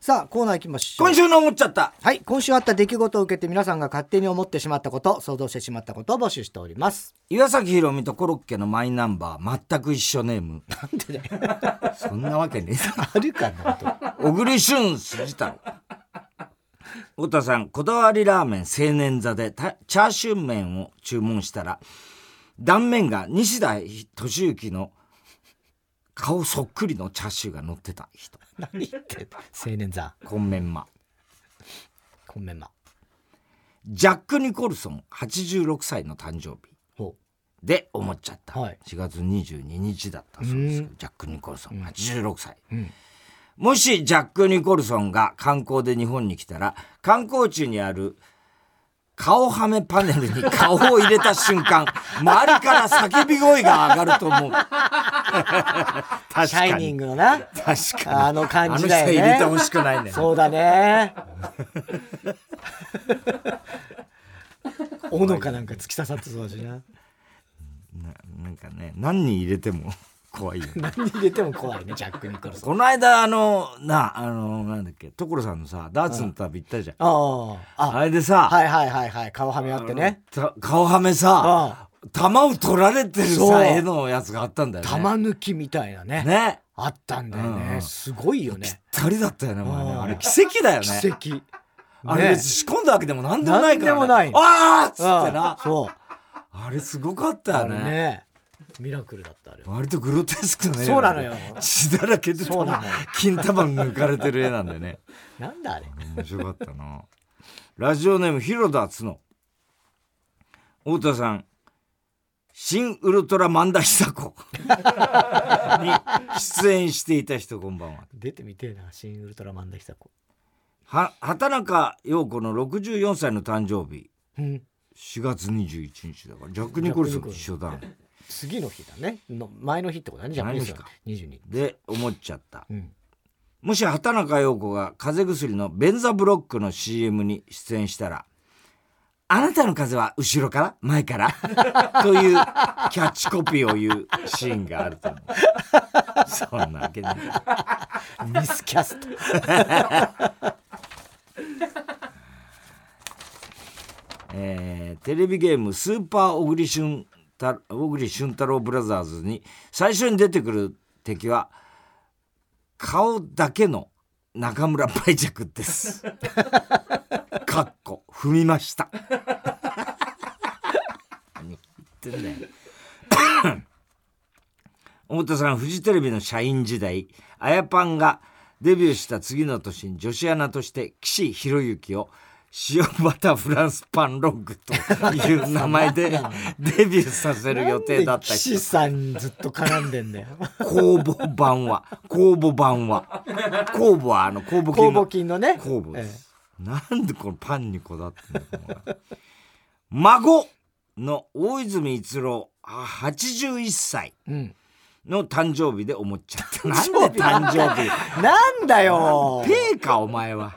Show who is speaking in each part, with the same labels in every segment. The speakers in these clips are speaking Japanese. Speaker 1: さあ、コーナー行きましょう
Speaker 2: 今。週の思っちゃった
Speaker 1: はい、今週あった出来事を受けて皆さんが勝手に思ってしまったこと、想像してしまったことを募集しております。
Speaker 2: 岩崎宏美とコロッケのマイナンバー全く一緒ネーム
Speaker 1: なんでだよ。
Speaker 2: そんなわけねえだろ
Speaker 1: あるかなと。
Speaker 2: 小栗旬辻太郎太田さんこだわりラーメン青年座でたチャーシュー麺を注文したら断面が西田敏行の顔そっくりのチャーシューが乗ってた人
Speaker 1: 何言ってんの青年座、
Speaker 2: 本面マ
Speaker 1: コンメンマ。
Speaker 2: ジャック・ニコルソン86歳の誕生日
Speaker 1: ほ
Speaker 2: で思っちゃった、
Speaker 1: はい
Speaker 2: 4月22日だったそうですけどジャック・ニコルソン86歳、
Speaker 1: ん
Speaker 2: もしジャック・ニコルソンが観光で日本に来たら観光地にある顔はめパネルに顔を入れた瞬間 周りから叫び声が上がると思う
Speaker 1: う。
Speaker 2: 確
Speaker 1: シャイ
Speaker 2: か
Speaker 1: ニン
Speaker 2: に
Speaker 1: グのな。
Speaker 2: 確かに
Speaker 1: あの感じだよ
Speaker 2: あの
Speaker 1: ね
Speaker 2: 人入れてほしくないね
Speaker 1: そうだ ね。斧かなんか突き刺さってそうだしな。
Speaker 2: ななんかね何人入れても怖いよね
Speaker 1: 何入れても怖いね、ジャック・ニコルソン。
Speaker 2: この間あのなあのなんだっけ所さんのさダーツの旅行ったじゃん、
Speaker 1: ああ。あ、
Speaker 2: あれでさ、
Speaker 1: はいはいはいはい。顔はめ合ってね。
Speaker 2: た顔はめさ玉を取られてる
Speaker 1: そう
Speaker 2: さ絵のやつがあったんだよね
Speaker 1: 玉抜きみたいなね。
Speaker 2: ね
Speaker 1: あったんだよ
Speaker 2: うんう
Speaker 1: ね。
Speaker 2: ん
Speaker 1: すごいよね。
Speaker 2: 二人だったよねもうね
Speaker 1: うん
Speaker 2: あれ奇跡だよね
Speaker 1: 奇跡。ね
Speaker 2: あれ別に仕込んだわけでもなんでもないから、ね、
Speaker 1: なんでもない
Speaker 2: あーっつ
Speaker 1: うん
Speaker 2: ってな
Speaker 1: そう。
Speaker 2: あれすごかった
Speaker 1: あ
Speaker 2: よ
Speaker 1: れ
Speaker 2: ね
Speaker 1: ね。ミラクルだった、あれは。
Speaker 2: 割とグロテスクな絵
Speaker 1: そうなのよ
Speaker 2: 血だらけで
Speaker 1: そうなのよ
Speaker 2: 金玉抜かれてる絵なんだよね
Speaker 1: なんだあれ。
Speaker 2: 面白かったなラジオネーム広田角太田さん新ウルトラマンダ久子に出演していた人こんばんは
Speaker 1: 出てみてえな、新ウルトラマンだ久子。
Speaker 2: は畑中陽子の64歳の誕生日
Speaker 1: うん。
Speaker 2: 4月21日だからジャック・ニコルソンと一緒だ
Speaker 1: 次の日だね。の前の日ってことだね、ジャック・ニコルソン。22。
Speaker 2: で思っちゃった
Speaker 1: うん。
Speaker 2: もし畑中陽子が風邪薬のベンザブロックの CM に出演したら、あなたの風邪は後ろから前から というキャッチコピーを言うシーンがあると思う。そんなわけない。
Speaker 1: ミスキャスト。
Speaker 2: えーテレビゲーム「スーパー小栗旬太小栗旬太郎ブラザーズ」に最初に出てくる敵は顔だけの中村梅ク です。かっこ踏みました。何言ってんだよ。 太田さんフジテレビの社員時代あやパンがデビューした次の年に女子アナとして岸博之を塩バターフランスパンロッグという名前 でデビューさせる予定だった
Speaker 1: なんで岸
Speaker 2: 人
Speaker 1: さんずっと絡んでんだよ。
Speaker 2: 公募版は公募版は公募はあの公募
Speaker 1: 公
Speaker 2: 金
Speaker 1: 募
Speaker 2: の
Speaker 1: 金のね。
Speaker 2: 公募です、なんでこのパンにこだわってんだこの孫の大泉逸郎あ81歳
Speaker 1: うん。
Speaker 2: の誕生日で思っちゃった。なん
Speaker 1: 誕
Speaker 2: で
Speaker 1: 生日
Speaker 2: 誕生日
Speaker 1: なんだよ。
Speaker 2: ペーかお前は。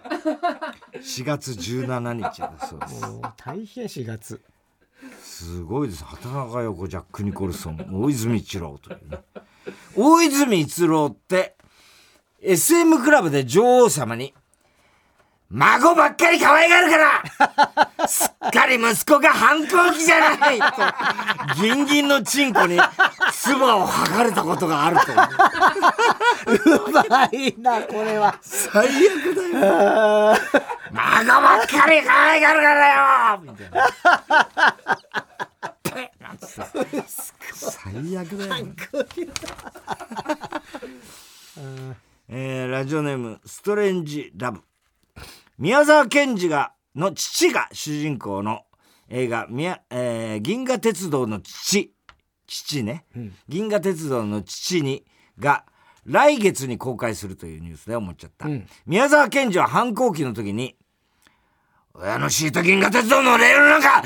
Speaker 2: 4月17日だそうで
Speaker 1: もう大変4月。
Speaker 2: す。すごいです。畑中陽子、ジャック・ニコルソン、大泉一郎というね。大泉一郎って、SM クラブで女王様に、孫ばっかり可愛がるからすっかり息子が反抗期じゃないと、ギンギンのチンコに唾を吐かれたことがあるという。
Speaker 1: うまいな、これは。
Speaker 2: 最悪だよ。孫ばっかり可愛がるからよみたいな。ペッなんてさ 最悪だよ、ねえーラジオネームストレンジラブ宮沢賢治がの父が主人公の映画宮、えー銀河鉄道の父父ね、銀河鉄道の父にが来月に公開するというニュースで思っちゃった、
Speaker 1: ん
Speaker 2: 宮沢賢治は反抗期の時に「親の敷いた銀河鉄道のレールなん か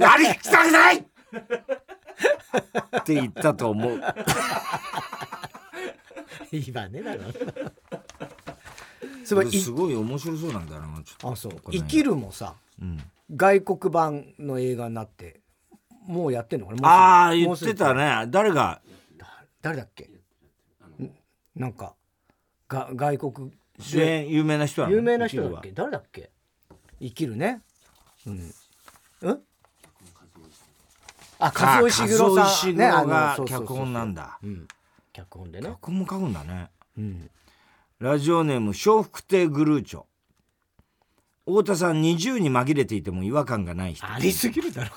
Speaker 2: 割り切たくない!」って言ったと思う
Speaker 1: 今ねだろ。すごい、い
Speaker 2: すごい面白そうなんだなちょっと
Speaker 1: あ、そう。
Speaker 2: これ
Speaker 1: 生
Speaker 2: ね
Speaker 1: きるもさ、
Speaker 2: うん
Speaker 1: 外国版の映画になって、もうやってんのかなもうすぐ
Speaker 2: ああ言
Speaker 1: もう
Speaker 2: っ
Speaker 1: すぐ
Speaker 2: てたね誰が
Speaker 1: 誰だっけんなんかが外国
Speaker 2: 主演有名な人なの
Speaker 1: 有名な人だっけ
Speaker 2: 生きる
Speaker 1: 誰だっけ生きるねうんうんあ
Speaker 2: はあ
Speaker 1: 和尾石黒
Speaker 2: 和夫
Speaker 1: さ
Speaker 2: 石
Speaker 1: んね
Speaker 2: 黒
Speaker 1: あ
Speaker 2: が
Speaker 1: のそうそうそう
Speaker 2: 脚本なんだ
Speaker 1: うん脚本でね
Speaker 2: 脚本も書くんだね
Speaker 1: うん
Speaker 2: ラジオネーム笑福亭グルーチョ太田さん20に紛れていても違和感がない人
Speaker 1: ありすぎるだろ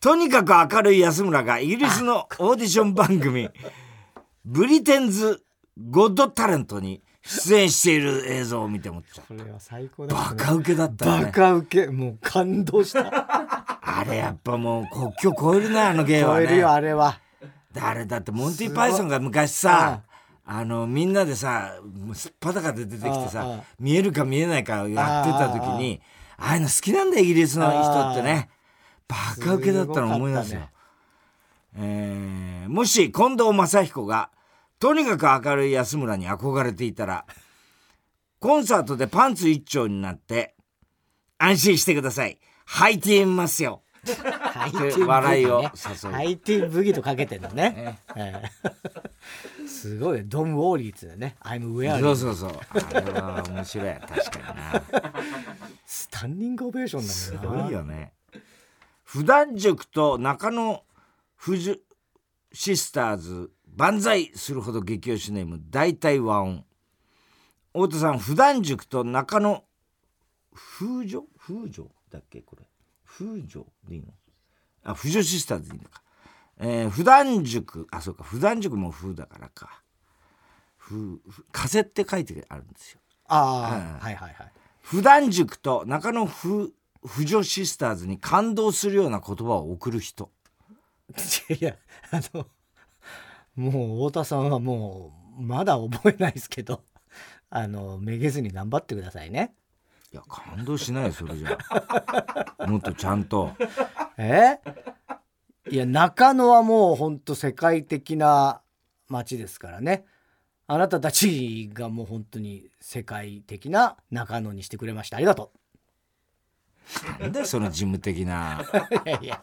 Speaker 2: とにかく明るい安村がイギリスのオーディション番 組「ブリテンズ・ゴッド・タレント」に出演している映像を見て思っちゃう
Speaker 1: これは最高だ
Speaker 2: バカウケだったね
Speaker 1: バカウケもう感動した
Speaker 2: あれやっぱもう国境超えるねあの芸
Speaker 1: 超
Speaker 2: は
Speaker 1: えるよ
Speaker 2: ね
Speaker 1: あれは
Speaker 2: 誰だってモンティ・パイソンが昔さあのみんなでさもうすっぱだかで出てきて
Speaker 1: あああ
Speaker 2: さ
Speaker 1: あ
Speaker 2: 見えるか見えないかやってた時にああいうの好きなんだイギリスの人ってねバカウケだったの思い出す
Speaker 1: すご
Speaker 2: よ
Speaker 1: かっ
Speaker 2: えーもし近藤正彦がとにかく明るい安村に憧れていたらコンサートでパンツ一丁になって安心してください履いてみますよ
Speaker 1: ハイ
Speaker 2: で笑いを誘う
Speaker 1: ハイティブギとかけてんのね。ええ すごい、ドン・ウォーリーっつうのね。I'm
Speaker 2: そう
Speaker 1: wearing
Speaker 2: そうそうあれは面白い確かにな
Speaker 1: スタンディングオベーション
Speaker 2: す
Speaker 1: なんだ
Speaker 2: ご
Speaker 1: よない
Speaker 2: よね普段塾と中野富士シスターズ万歳するほど激推しネーム大体和音太田さん普段塾と中野風女風女だっけこれ風女でいいのあ婦女シスターズでいいのか、えー、普段塾あそうか普段塾も風だからか風風って書いてあるんですよ
Speaker 1: ああ、はいはいはい。
Speaker 2: 普段塾と中野婦婦女シスターズに感動するような言葉を送る人
Speaker 1: い や、あの、もう太田さんはもう、まだ覚えないですけど、あの、めげずに頑張ってくださいね。
Speaker 2: いや感動しないよそれじゃ あもっとちゃんと
Speaker 1: えいや、中野はもう本当世界的な街ですからね。あなたたちがもう本当に世界的な中野にしてくれました。ありがとう。
Speaker 2: なんだよその事務的ない
Speaker 1: やいや、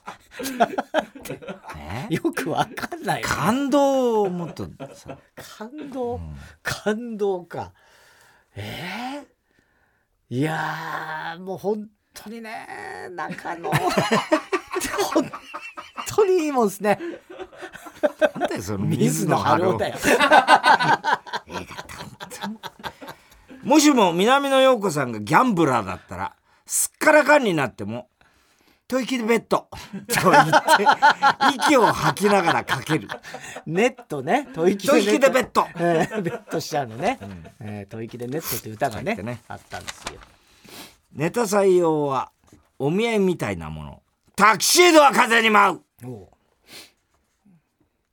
Speaker 2: ね
Speaker 1: よくわかんない。
Speaker 2: 感動をもっとさ
Speaker 1: 感動、感動か。えー、いやー、もう本当にね、中野。本当にいいもんですね。
Speaker 2: なんだよその
Speaker 1: 水野晴郎 だよ。
Speaker 2: もしも南野陽子さんがギャンブラーだったらすっからかんになっても「吐息でベッド」と言って息を吐きながらかける
Speaker 1: ネットね、
Speaker 2: 「
Speaker 1: 吐息
Speaker 2: 吐息でベ
Speaker 1: ベ
Speaker 2: ッ
Speaker 1: ッ
Speaker 2: ド」
Speaker 1: ド。え ーベッドしちゃうのね。えー吐息でネットって歌が
Speaker 2: 書い
Speaker 1: ね
Speaker 2: てね
Speaker 1: あったんですよ。
Speaker 2: ネタ採用はお見合いみたいなものタキシードは風に舞う
Speaker 1: おう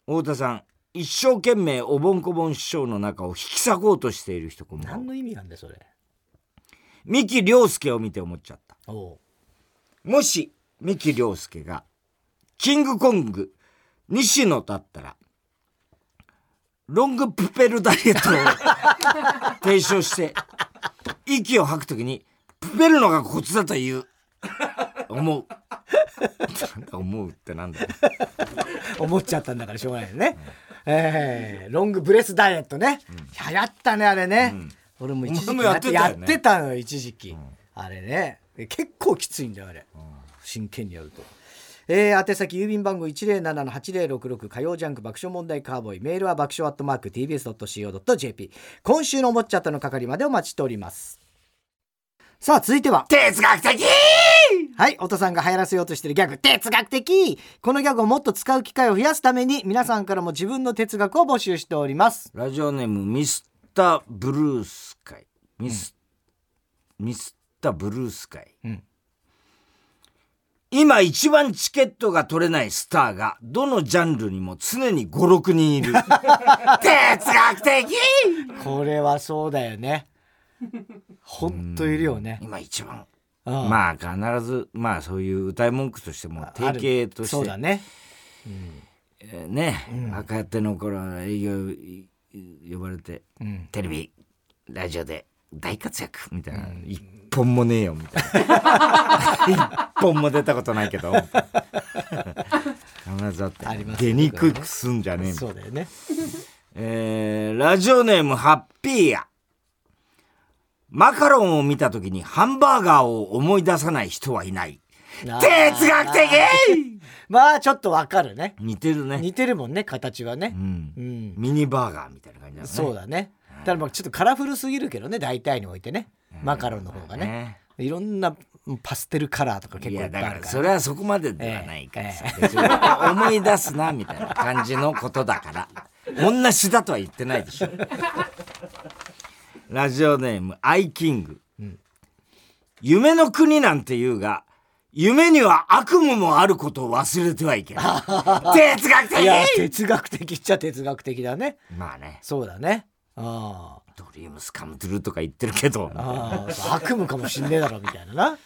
Speaker 2: 太田さん一生懸命おぼんこぼん師匠の中を引き裂こうとしている人こんばんは
Speaker 1: 何の意味なんだよそれ。
Speaker 2: 三木亮介を見て思っちゃった
Speaker 1: おう
Speaker 2: もし三木亮介がキングコング西野だったらロングプペルダイエットを提唱して息を吐くときにプペルのがコツだという思うなんか思うってなんだよ
Speaker 1: 思っちゃったんだからしょうがないよね。えーロングブレスダイエットね、流行ったねあれね、俺も一時
Speaker 2: お
Speaker 1: 期
Speaker 2: 前もやってたよね
Speaker 1: やってたのよ一時期、あれねで結構きついんだよあれ、真剣にやると。えー、宛先郵便番号107-8066火曜ジャンク爆笑問題カーボーイメールは爆笑アットマーク TBS.CO.jp 今週の「おもっちゃった」の係までお待ちしておりますさあ続いては
Speaker 2: 哲学的
Speaker 1: はい、お父さんが流行らせようとしてるギャグ、哲学的このギャグをもっと使う機会を増やすために、皆さんからも自分の哲学を募集しております。
Speaker 2: ラジオネームミスターブルースカイミス、ミスターブルースカイ、
Speaker 1: ん
Speaker 2: 今一番チケットが取れないスターがどのジャンルにも常に56人い る哲学的
Speaker 1: これはそうだよ ね。ほんといるよね。
Speaker 2: 今一番
Speaker 1: うん
Speaker 2: まあ必ずまあそういう歌い文句としても
Speaker 1: ある
Speaker 2: 定型と
Speaker 1: そ
Speaker 2: し
Speaker 1: う
Speaker 2: て
Speaker 1: だね。
Speaker 2: えーね、若手の頃は営業い呼ばれて、テレビラジオで大活躍みたいな、一本もねえよみたいな 一本も出たことないけど必ずあって
Speaker 1: ありますね
Speaker 2: 出にくくすんじゃねえみたいな
Speaker 1: そうだよね。
Speaker 2: ええーラジオネームハッピーや。マカロンを見た時にハンバーガーを思い出さない人はいない。
Speaker 1: あー
Speaker 2: 哲学的
Speaker 1: まあちょっとわかるね
Speaker 2: 似てるね。
Speaker 1: 似てるもんね形はね
Speaker 2: う、ん
Speaker 1: う。ん
Speaker 2: ミニバーガーみたいな感じだね。
Speaker 1: そうだねただまあちょっとカラフルすぎるけどね大体においてねマカロンの方がね
Speaker 2: ね。
Speaker 1: いろんなパステルカラーとか
Speaker 2: い
Speaker 1: 結構い
Speaker 2: や
Speaker 1: っぱい
Speaker 2: だ
Speaker 1: あ
Speaker 2: か
Speaker 1: る
Speaker 2: ら
Speaker 1: か
Speaker 2: そ
Speaker 1: ら
Speaker 2: れはそこまでではないからさ、別に思い出すなみたいな感じのことだから同じだとは言ってないでしょラジオネームアイキング、夢の国なんて言うが夢には悪夢もあることを忘れてはいけない 哲学
Speaker 1: いや
Speaker 2: 的
Speaker 1: 哲学的っちゃ哲学的だね
Speaker 2: まあね
Speaker 1: そうだねあ
Speaker 2: ドリームスカムトゥルーとか言ってるけど
Speaker 1: あああ悪夢かもしんねえだろみたいなな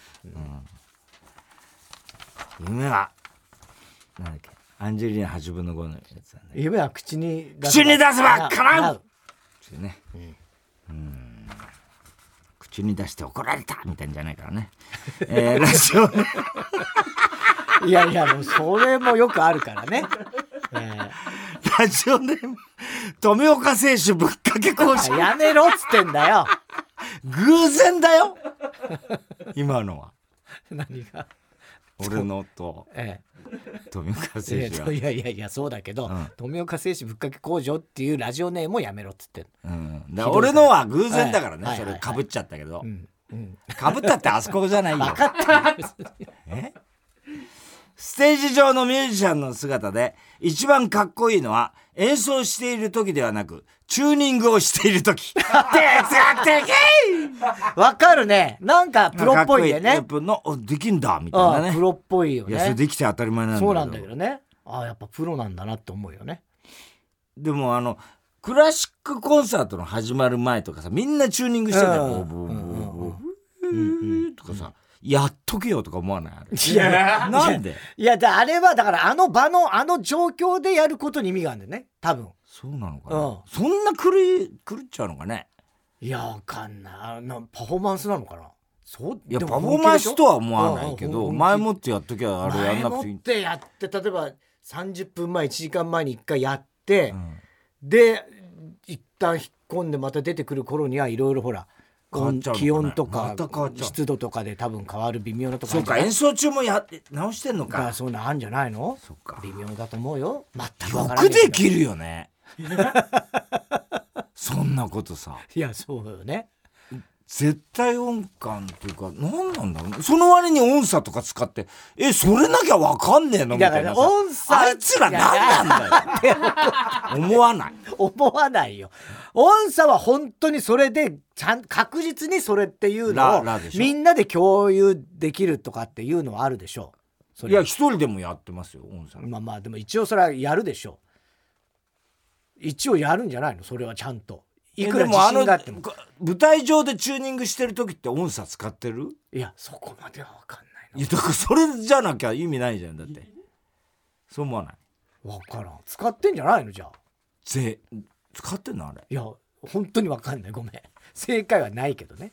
Speaker 2: 夢はなんだっけアンジェリーナ8分の5のやつなんだっけ
Speaker 1: 夢は口に出
Speaker 2: 口に出せば叶うっていうね、うん、口に出して怒られたみたいなんじゃないからね、 えー、ラジオ
Speaker 1: いやいやもうそれもよくあるからね、えー
Speaker 2: ラジオネーム富岡選手ぶっかけ講師
Speaker 1: あやめろっつってんだよ
Speaker 2: 偶然だよ今のは
Speaker 1: 何が
Speaker 2: 俺のと
Speaker 1: え
Speaker 2: 富岡
Speaker 1: え
Speaker 2: 選手が、
Speaker 1: いやいやいやそうだけど、
Speaker 2: ん
Speaker 1: 富岡製紙ぶっかけ工場っていうラジオネームをやめろっつってん
Speaker 2: う
Speaker 1: の
Speaker 2: ん、だから俺のは偶然だからね、
Speaker 1: はい
Speaker 2: そ
Speaker 1: は
Speaker 2: れ
Speaker 1: いはい
Speaker 2: かぶっちゃったけど、
Speaker 1: んうん
Speaker 2: かぶったってあそこじゃないよ
Speaker 1: 分かった
Speaker 2: えステージ上のミュージシャンの姿で一番かっこいいのは演奏している時ではなくチューニングをしている時哲学的
Speaker 1: 分かるねなんかプロっぽいんだ
Speaker 2: か
Speaker 1: よね
Speaker 2: っこいいやっぱなあできんだみたい
Speaker 1: あ
Speaker 2: な
Speaker 1: あ
Speaker 2: ね
Speaker 1: プロっぽいよ
Speaker 2: いやそれ
Speaker 1: ね
Speaker 2: できて当たり前なんだけど
Speaker 1: そうなんだけどねああやっぱプロなんだなって思うよね
Speaker 2: でもあのクラシックコンサートの始まる前とかさみんなチューニングしてた
Speaker 1: う
Speaker 2: よ
Speaker 1: ん
Speaker 2: ボーボーボーボーボーとかさやっとけよとか思わないあれ
Speaker 1: いや
Speaker 2: なんで
Speaker 1: いやだあれはだからあの場のあの状況でやることに意味があるんだよね多分
Speaker 2: そうなのか
Speaker 1: うん
Speaker 2: なそんな狂い狂っちゃうのかね
Speaker 1: いやわかんないあのパフォーマンスなのかなそう
Speaker 2: いや
Speaker 1: でも
Speaker 2: パフ
Speaker 1: 本
Speaker 2: ォー
Speaker 1: 気
Speaker 2: マ
Speaker 1: で
Speaker 2: ン
Speaker 1: しょ
Speaker 2: スとは思わないけ
Speaker 1: うん
Speaker 2: ど
Speaker 1: うん
Speaker 2: 前もってやっときゃあれやん
Speaker 1: 前
Speaker 2: な
Speaker 1: も
Speaker 2: く
Speaker 1: って
Speaker 2: いい
Speaker 1: てやって例えば30分前1時間前に1回やって、
Speaker 2: ん
Speaker 1: で一旦引っ込んでまた出てくる頃にはいろいろほら
Speaker 2: 変わっちゃうのかね
Speaker 1: 気温とか
Speaker 2: また変わっちゃう
Speaker 1: 湿度とかで多分変わる微妙なとこ
Speaker 2: そうか演奏中もやって直してんの
Speaker 1: だから
Speaker 2: か
Speaker 1: そういうのあるんじゃないの
Speaker 2: そうか
Speaker 1: 微妙だと思うよ全くわ
Speaker 2: よ
Speaker 1: からな
Speaker 2: く
Speaker 1: い
Speaker 2: できるよ ねそんなことさ
Speaker 1: いやそうよね
Speaker 2: 絶対音感っていうか何なんだろうねその割に音差とか使ってえそれなきゃわかんねえのみ
Speaker 1: だ
Speaker 2: た
Speaker 1: か
Speaker 2: いな
Speaker 1: ら
Speaker 2: さ
Speaker 1: 音差
Speaker 2: あいつら何なんだよ思わ ない
Speaker 1: 思わないよ音差は本当にそれでちゃん確実にそれっていうの
Speaker 2: ラ
Speaker 1: を
Speaker 2: ラでしょ
Speaker 1: みんなで共有できるとかっていうのはあるでしょうそ
Speaker 2: い
Speaker 1: れ
Speaker 2: や
Speaker 1: は
Speaker 2: 一人でもやってますよ音差
Speaker 1: まあまあでも一応それはやるでしょう一応やるんじゃないのそれはちゃんといくら自信があっても
Speaker 2: であの舞台上でチューニングしてる時って音差使ってる
Speaker 1: いやそこまでは分かんな
Speaker 2: い
Speaker 1: い
Speaker 2: やだからそれじゃなきゃ意味ないじゃんだってそう思わない
Speaker 1: な分からん使ってんじゃないのじゃあ
Speaker 2: ぜ使ってんのあれ
Speaker 1: いや本当に分かんないごめん正解はないけどね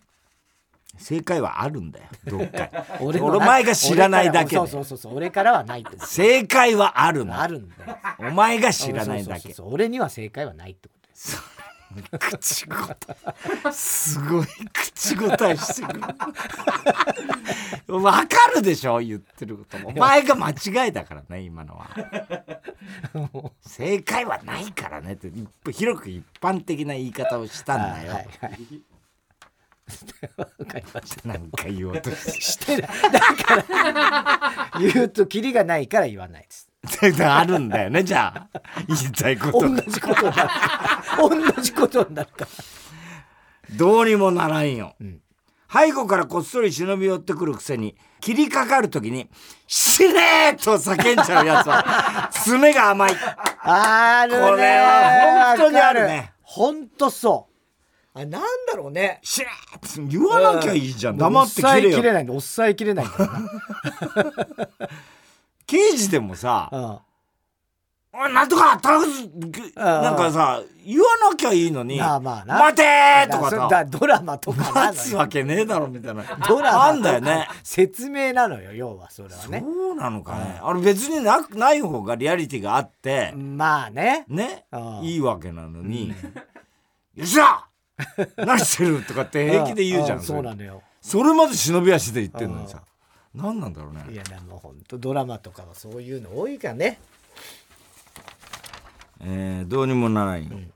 Speaker 2: 正解はあるんだよどっかに
Speaker 1: 俺 の
Speaker 2: 俺お前が知らないだけで
Speaker 1: 俺からそうそうそうそう俺からはないって こと
Speaker 2: 正解はあるの
Speaker 1: あるんだよ
Speaker 2: お前が知らないだ
Speaker 1: そうそう
Speaker 2: け
Speaker 1: そう俺には正解はないってことです
Speaker 2: 口ごたえすごい口ごたえしてくるわかるでしょ言ってることもお前が間違いだからね今のは正解はないからねって一般広く一般的な言い方をしたんだよ、
Speaker 1: はいはいわかりまし
Speaker 2: なんか言おうとして
Speaker 1: たしてないだから 言うとキリがないから言わない です
Speaker 2: 絶対あるんだよねじゃあ言いたいこと
Speaker 1: 同
Speaker 2: が
Speaker 1: じことに なる同じことになるから
Speaker 2: どうにもならんよ、
Speaker 1: ん
Speaker 2: 背後からこっそり忍び寄ってくるくせに切りかかる時に「死ね!」と叫んじゃうやつは 爪が甘い
Speaker 1: あるね
Speaker 2: これは本当にあるね
Speaker 1: わか本当そうあなんだろう
Speaker 2: 「
Speaker 1: ね
Speaker 2: 死ね!」言わなきゃいいじゃん、黙って
Speaker 1: おっさ
Speaker 2: 切
Speaker 1: え
Speaker 2: れ
Speaker 1: 切れ
Speaker 2: よ
Speaker 1: ないんでおっさえ切れ ないんだよ
Speaker 2: 刑事でもさ
Speaker 1: な
Speaker 2: 「おいなんとか頼むなんかさ言わなきゃいいのに「
Speaker 1: まあまあな
Speaker 2: 待て!」とか
Speaker 1: それ
Speaker 2: さ
Speaker 1: だドラマとかなのよ
Speaker 2: 待つわけねえだろみたいな
Speaker 1: ドラマ
Speaker 2: あんだよね
Speaker 1: 説明なのよ要はそれはね
Speaker 2: そうなのかねあれ別になない方がリアリティがあって
Speaker 1: まあね
Speaker 2: ね
Speaker 1: うん
Speaker 2: いいわけなのに「よっしゃ何してる?」とかって平気で言うじゃ
Speaker 1: あ
Speaker 2: ん
Speaker 1: あ
Speaker 2: そ
Speaker 1: そう
Speaker 2: れ
Speaker 1: なのよ
Speaker 2: それまで忍び足で言ってんのにさ何なんだろう
Speaker 1: い
Speaker 2: ね
Speaker 1: やでも本当ドラマとかはそういうの多いからね
Speaker 2: えーどうにもならない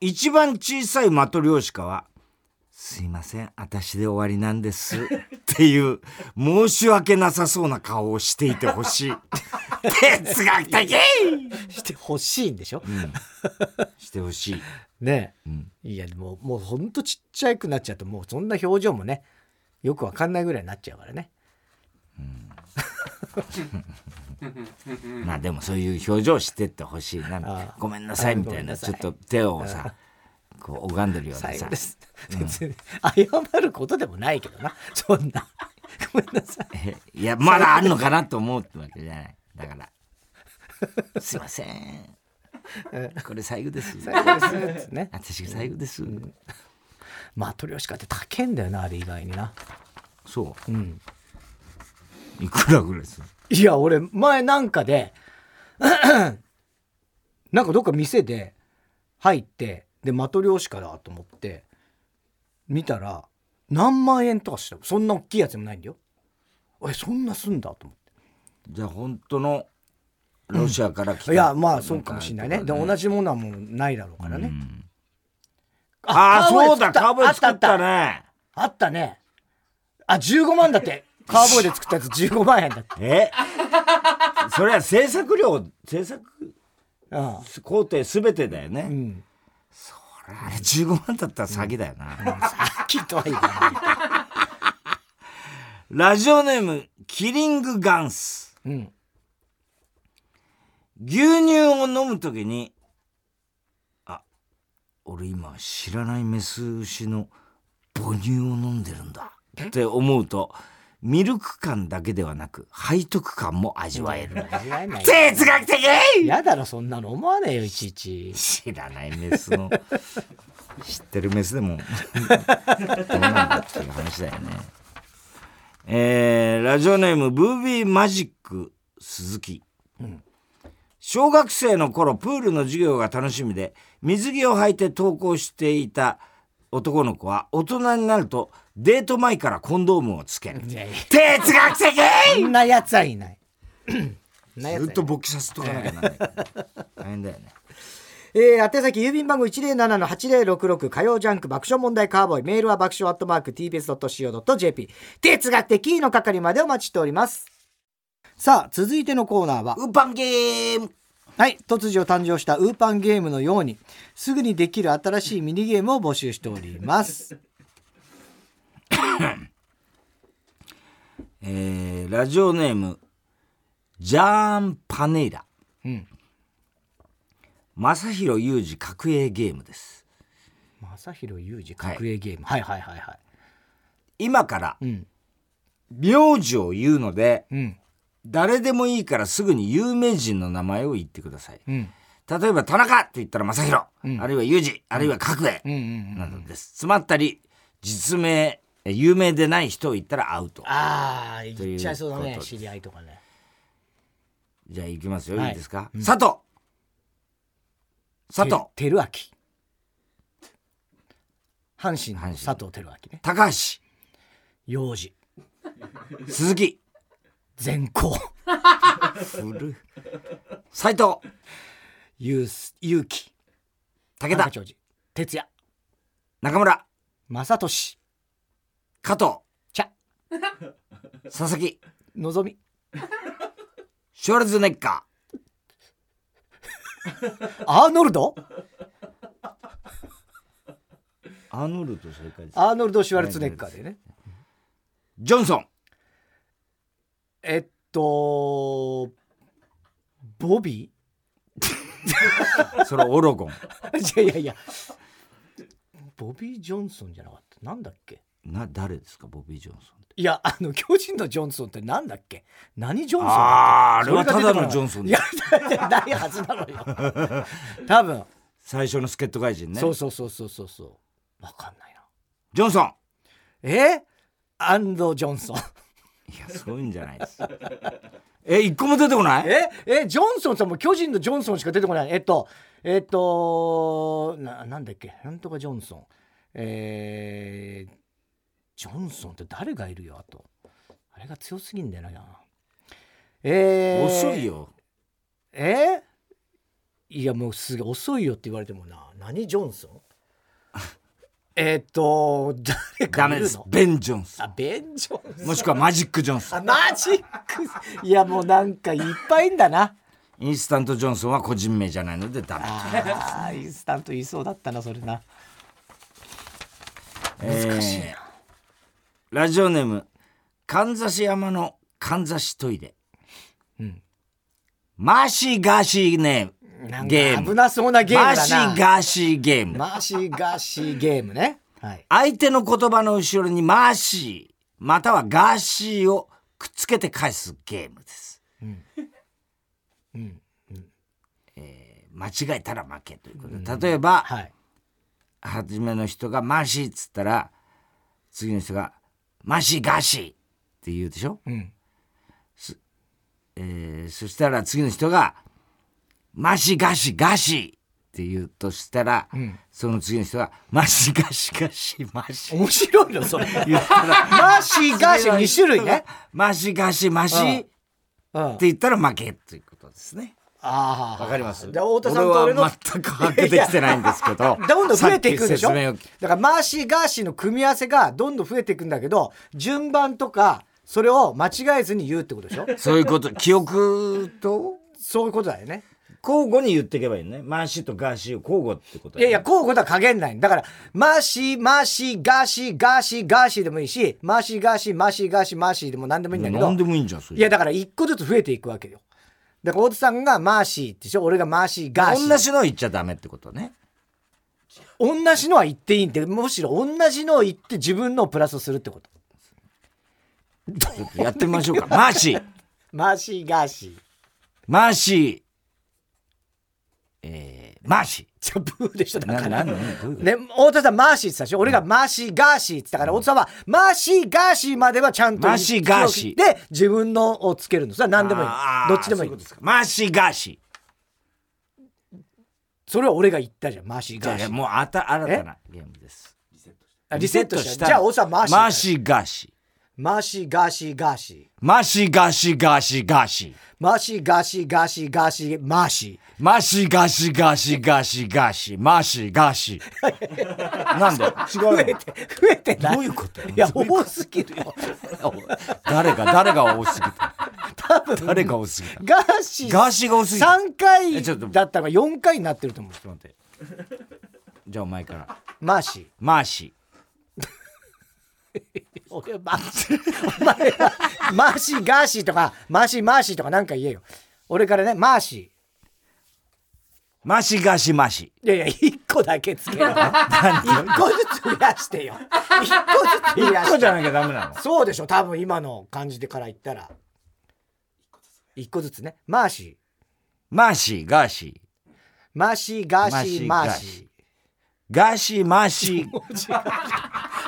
Speaker 2: 一番小さいマトリョーシカは「すいません私で終わりなんです」っていう申し訳なさそうな顔をしていてほし い哲学的
Speaker 1: してほしいんでしょ、
Speaker 2: してほしい
Speaker 1: ねえ、
Speaker 2: ん
Speaker 1: いやでももうほんとちっちゃくなっちゃうともうそんな表情もねよくわかんないぐらいになっちゃうからね
Speaker 2: まあでもそういう表情してってほしいな
Speaker 1: あ。
Speaker 2: ごめんなさいみたい
Speaker 1: ごめん
Speaker 2: な、
Speaker 1: な
Speaker 2: ち
Speaker 1: さ
Speaker 2: ょ
Speaker 1: い
Speaker 2: っと手を さ、こう拝んでるような
Speaker 1: 最
Speaker 2: さ
Speaker 1: 後で。す、 別に謝ることでもないけどなそんなごめんな さい
Speaker 2: えいや、まだあんのかなと思うってわけじゃない。だ から、すいません。これ最後です。
Speaker 1: 最後です ね
Speaker 2: 私が最後です。
Speaker 1: まあ取り押しかって高えんだよなあれ以外にな
Speaker 2: そう。いくらぐらいする
Speaker 1: いや俺前なんかで なんかどっか店で入ってでマトリョーシカだと思って見たら何万円とかしたそんな大きいやつでもないんだよえそんなすんだと思って
Speaker 2: じゃあ本当のロシアから来た。
Speaker 1: いやまあそうかもしんないねで同じものはもうないだろうからね、
Speaker 2: ああ、
Speaker 1: カウボーイ
Speaker 2: そうだ、カーボーイ作っ
Speaker 1: あ
Speaker 2: た
Speaker 1: ったあっ
Speaker 2: ね。
Speaker 1: たあったねあ15万だってカーボーイで作ったやつ15万 円だって、
Speaker 2: えそれは制作量、制作
Speaker 1: うん
Speaker 2: 工程すべてだよね。
Speaker 1: うん、
Speaker 2: あれ15万だったら詐欺だよな。
Speaker 1: さっきとは言わな
Speaker 2: ラジオネーム、キリングガンス。
Speaker 1: い、うん、
Speaker 2: 牛乳を飲むときに、あ、俺今知らないメス牛の母乳を飲んでるんだって思うと、ミルク感だけではなく、背徳感も味わえる。
Speaker 1: 味わえない
Speaker 2: 哲学的
Speaker 1: やだろそんなの思わねえよいちい ち
Speaker 2: 知らないメスの、知ってるメスでも、どうなんだっていう話だよね。えーラジオネーム、ブービーマジック鈴木。小学生の頃、プールの授業が楽しみで、水着を履いて登校していた男の子は、大人になると、デート前からコンドームをつける。
Speaker 1: いやいや
Speaker 2: 哲学的
Speaker 1: そんなやつはいない。 そんなやつ
Speaker 2: ずっ
Speaker 1: はい
Speaker 2: と
Speaker 1: ない
Speaker 2: 勃起させとかなきゃなんないから。大変だよね。
Speaker 1: えー、宛先郵便番号107-8066火曜ジャンク爆笑問題カーボーイメールは爆笑アットマーク TBS.CO.JP 哲学的の係までお待ちしておりますさあ続いてのコーナーは
Speaker 2: ウーパンゲーム
Speaker 1: はい突如誕生したウーパンゲームのようにすぐにできる新しいミニゲームを募集しており ます
Speaker 2: えーラジオネーム、ジャーン・パネイラ。
Speaker 1: うん
Speaker 2: 正弘裕二角栄ゲームです。
Speaker 1: 正弘裕二格営ゲーム、はいはいはいはい
Speaker 2: 今から、
Speaker 1: ん
Speaker 2: 名字を言うので、
Speaker 1: うん
Speaker 2: 誰でもいいからすぐに有名人の名前を言ってください。
Speaker 1: ん
Speaker 2: 例えば、田中って言ったら正弘、あるいは裕二、あるいは角栄、
Speaker 1: うんうん
Speaker 2: などです。詰まったり、実名、え有名でない人を言ったらアウト。
Speaker 1: ああ言っちゃいそうだ
Speaker 2: という
Speaker 1: ね
Speaker 2: ことで
Speaker 1: 知り合いとかね
Speaker 2: じゃあ行きますよ。
Speaker 1: はい
Speaker 2: いいですか、佐藤佐藤
Speaker 1: て照明阪神の佐藤照明ね
Speaker 2: 高橋
Speaker 1: 幼児
Speaker 2: 鈴木
Speaker 1: 全 校
Speaker 2: 古斉藤
Speaker 1: 勇勇気
Speaker 2: 武田
Speaker 1: 田中教授哲也
Speaker 2: 中村
Speaker 1: 正俊
Speaker 2: 加藤
Speaker 1: 茶
Speaker 2: 佐々木
Speaker 1: のぞみ
Speaker 2: ショールズネッカ
Speaker 1: アーノルド
Speaker 2: ーアーノルド正解です
Speaker 1: アーノルド・シュワルツェネッカーでね
Speaker 2: ジョンソン
Speaker 1: えっとボビ
Speaker 2: それオロゴン
Speaker 1: ーいやいやいやボビー・ジョンソンじゃなかったなんだっけ
Speaker 2: な誰ですかボビー・ジョンソンって
Speaker 1: いやあの巨人のジョンソンってなんだっけ何ジョンソンだっけ
Speaker 2: あーあれは
Speaker 1: そ
Speaker 2: た
Speaker 1: が出
Speaker 2: だ
Speaker 1: てこな
Speaker 2: の
Speaker 1: い
Speaker 2: ジョンソン
Speaker 1: い
Speaker 2: だ
Speaker 1: やだってないはずなのよ 多分、
Speaker 2: 最初の助っ人外人ね
Speaker 1: そうそうそうそうそうそうわかんないな
Speaker 2: ジョンソン
Speaker 1: えアンドジョンソン
Speaker 2: いやそういうんじゃないですえ一個も出てこない
Speaker 1: ええジョンソンさんも巨人のジョンソンしか出てこないえっとえっとななんだっけなんとかジョンソンえー、ジョンソンって誰がいるよあとあれが強すぎんだよなえー、
Speaker 2: 遅いよ
Speaker 1: えいやもうすげえ遅いよって言われてもな何ジョンソンえーっと
Speaker 2: ダ
Speaker 1: 誰か
Speaker 2: メ
Speaker 1: い
Speaker 2: で
Speaker 1: る
Speaker 2: す
Speaker 1: の
Speaker 2: ベン・ジョンソ
Speaker 1: あベン・ジョンソ
Speaker 2: ン
Speaker 1: ン
Speaker 2: もしくはマジック・ジョンソン
Speaker 1: あマジックいやもうなんかいっぱいいんだな
Speaker 2: インスタント・ジョンソンは個人名じゃないのでダメ
Speaker 1: あーインスタント言いそうだったなそれな
Speaker 2: 難しいな、えーラジオネームかんざし山のかんざしトイレ、マシガシネ
Speaker 1: な
Speaker 2: ーム
Speaker 1: んか
Speaker 2: ゲー
Speaker 1: 危
Speaker 2: ム
Speaker 1: なそうなゲーム
Speaker 2: マ
Speaker 1: だ
Speaker 2: シ
Speaker 1: な
Speaker 2: ガシゲーム
Speaker 1: マシガシゲームねはい
Speaker 2: 相手の言葉の後ろにマシーまたはガーシーをくっつけて返すゲームです、えー間違えたら負けということで例えば、
Speaker 1: はい
Speaker 2: 初めの人が「マシ」っつったら次の人が「マシガシ」って言うでしょ、
Speaker 1: ん
Speaker 2: すえーそしたら次の人が「マシガシガシ」って言うとしたら、その次の人が「マシガシガシマシ」
Speaker 1: 面白いのそれ
Speaker 2: 言ったら
Speaker 1: マシガシ2 種類ね、
Speaker 2: マシガシマシ
Speaker 1: うん
Speaker 2: って
Speaker 1: うん、あ
Speaker 2: 言ったら負けということですね
Speaker 1: あー
Speaker 2: わかります
Speaker 1: じゃあ太田さんと俺の
Speaker 2: は全く把握できてないん ですけど
Speaker 1: どんどん増えていくんでしょ
Speaker 2: さっき説明を
Speaker 1: だからマーシーガーシーの組み合わせがどんどん増えていくんだけど順番とかそれを間違えずに言うってことで しょ
Speaker 2: そういうこと記憶と
Speaker 1: そういうことだよね
Speaker 2: 交互に言っていけばいいのね。マーシーとガーシーを交互ってこと
Speaker 1: いやいや交互とは限んないだからマーシーマーシーガーシーガーシーガーシーでもいいしマーシーガーシーマーシーガーシーマーシーでも何でもいいんだけど
Speaker 2: 何でもいいんじゃん、それ。
Speaker 1: いやだから一個ずつ増えていくわけよだから大田さんがマーシーってしょ俺がマーシーガーシー
Speaker 2: 同じのを言っちゃダメってことね。
Speaker 1: 同じのは言っていいんでむしろ同じのを言って自分のをプラスするってこと
Speaker 2: ちょっとやってみましょうか。マーシー、
Speaker 1: マーシーガーシー
Speaker 2: マーシー、えー、マーシ
Speaker 1: じゃあブーでしょ
Speaker 2: ー。
Speaker 1: だ
Speaker 2: な、
Speaker 1: か
Speaker 2: な、な、ど
Speaker 1: ら
Speaker 2: ういうこと
Speaker 1: ね、太田さんマーシーって言ってたでしょ俺がマーシーガーシーって言ったから、太田さんはマーシーガーシーまではちゃんと
Speaker 2: マーシーガーシー
Speaker 1: で自分のをつけるのそれは何でもいい
Speaker 2: あー
Speaker 1: どっちでもいい
Speaker 2: そううことすかマーシー、ガーシ
Speaker 1: それは俺が言ったじゃんマーシー
Speaker 2: ー。いやい
Speaker 1: ガーシ
Speaker 2: や
Speaker 1: ー
Speaker 2: もうあた新たなゲームです。
Speaker 1: あリセットしたじ
Speaker 2: リ
Speaker 1: ゃ
Speaker 2: セ
Speaker 1: あ
Speaker 2: ット
Speaker 1: 太田さんマーシー
Speaker 2: マ
Speaker 1: マ
Speaker 2: ー
Speaker 1: ーシー
Speaker 2: シー、ガーシー。
Speaker 1: ガーシーガーシー
Speaker 2: マーシー、ガーシー、ガーシー、ガーシー。
Speaker 1: マーシーガーシーガーシーガーシーマーシ
Speaker 2: マーシー、ガーシー、ガーシー、ガーシー、ガーシー。マーシー、ガーシー。なんで
Speaker 1: ー増えて増えてない
Speaker 2: どういうこと
Speaker 1: いや多すぎるよ
Speaker 2: 誰が誰が多すぎた
Speaker 1: 多分
Speaker 2: 誰が多すぎた
Speaker 1: ガーシー
Speaker 2: ガーシーが多すぎた
Speaker 1: 3回
Speaker 2: えちょっと
Speaker 1: だったのが4回になってると思う
Speaker 2: ちょっと待ってじゃあお前から
Speaker 1: マーシー
Speaker 2: マーシ
Speaker 1: 俺マーシーお前はマーシーガーシーとかマーシーマーシーとかなんか言えよ俺からねマーシ
Speaker 2: ーマーシーガーシーマーシ
Speaker 1: ーいやいや一個だけつけよ一個ずつ増やしてよ一個ずつ増
Speaker 2: ー
Speaker 1: や
Speaker 2: 1
Speaker 1: し
Speaker 2: 個じ
Speaker 1: て
Speaker 2: ゃなきゃダメなの
Speaker 1: そうでしょ多分今の感じでから言ったら一個ずつねマーシー
Speaker 2: マーシーガーシ
Speaker 1: マーシーガーシーマ
Speaker 2: マーシー
Speaker 1: ー
Speaker 2: ガー
Speaker 1: シ
Speaker 2: シーガーシーマーシー
Speaker 1: ー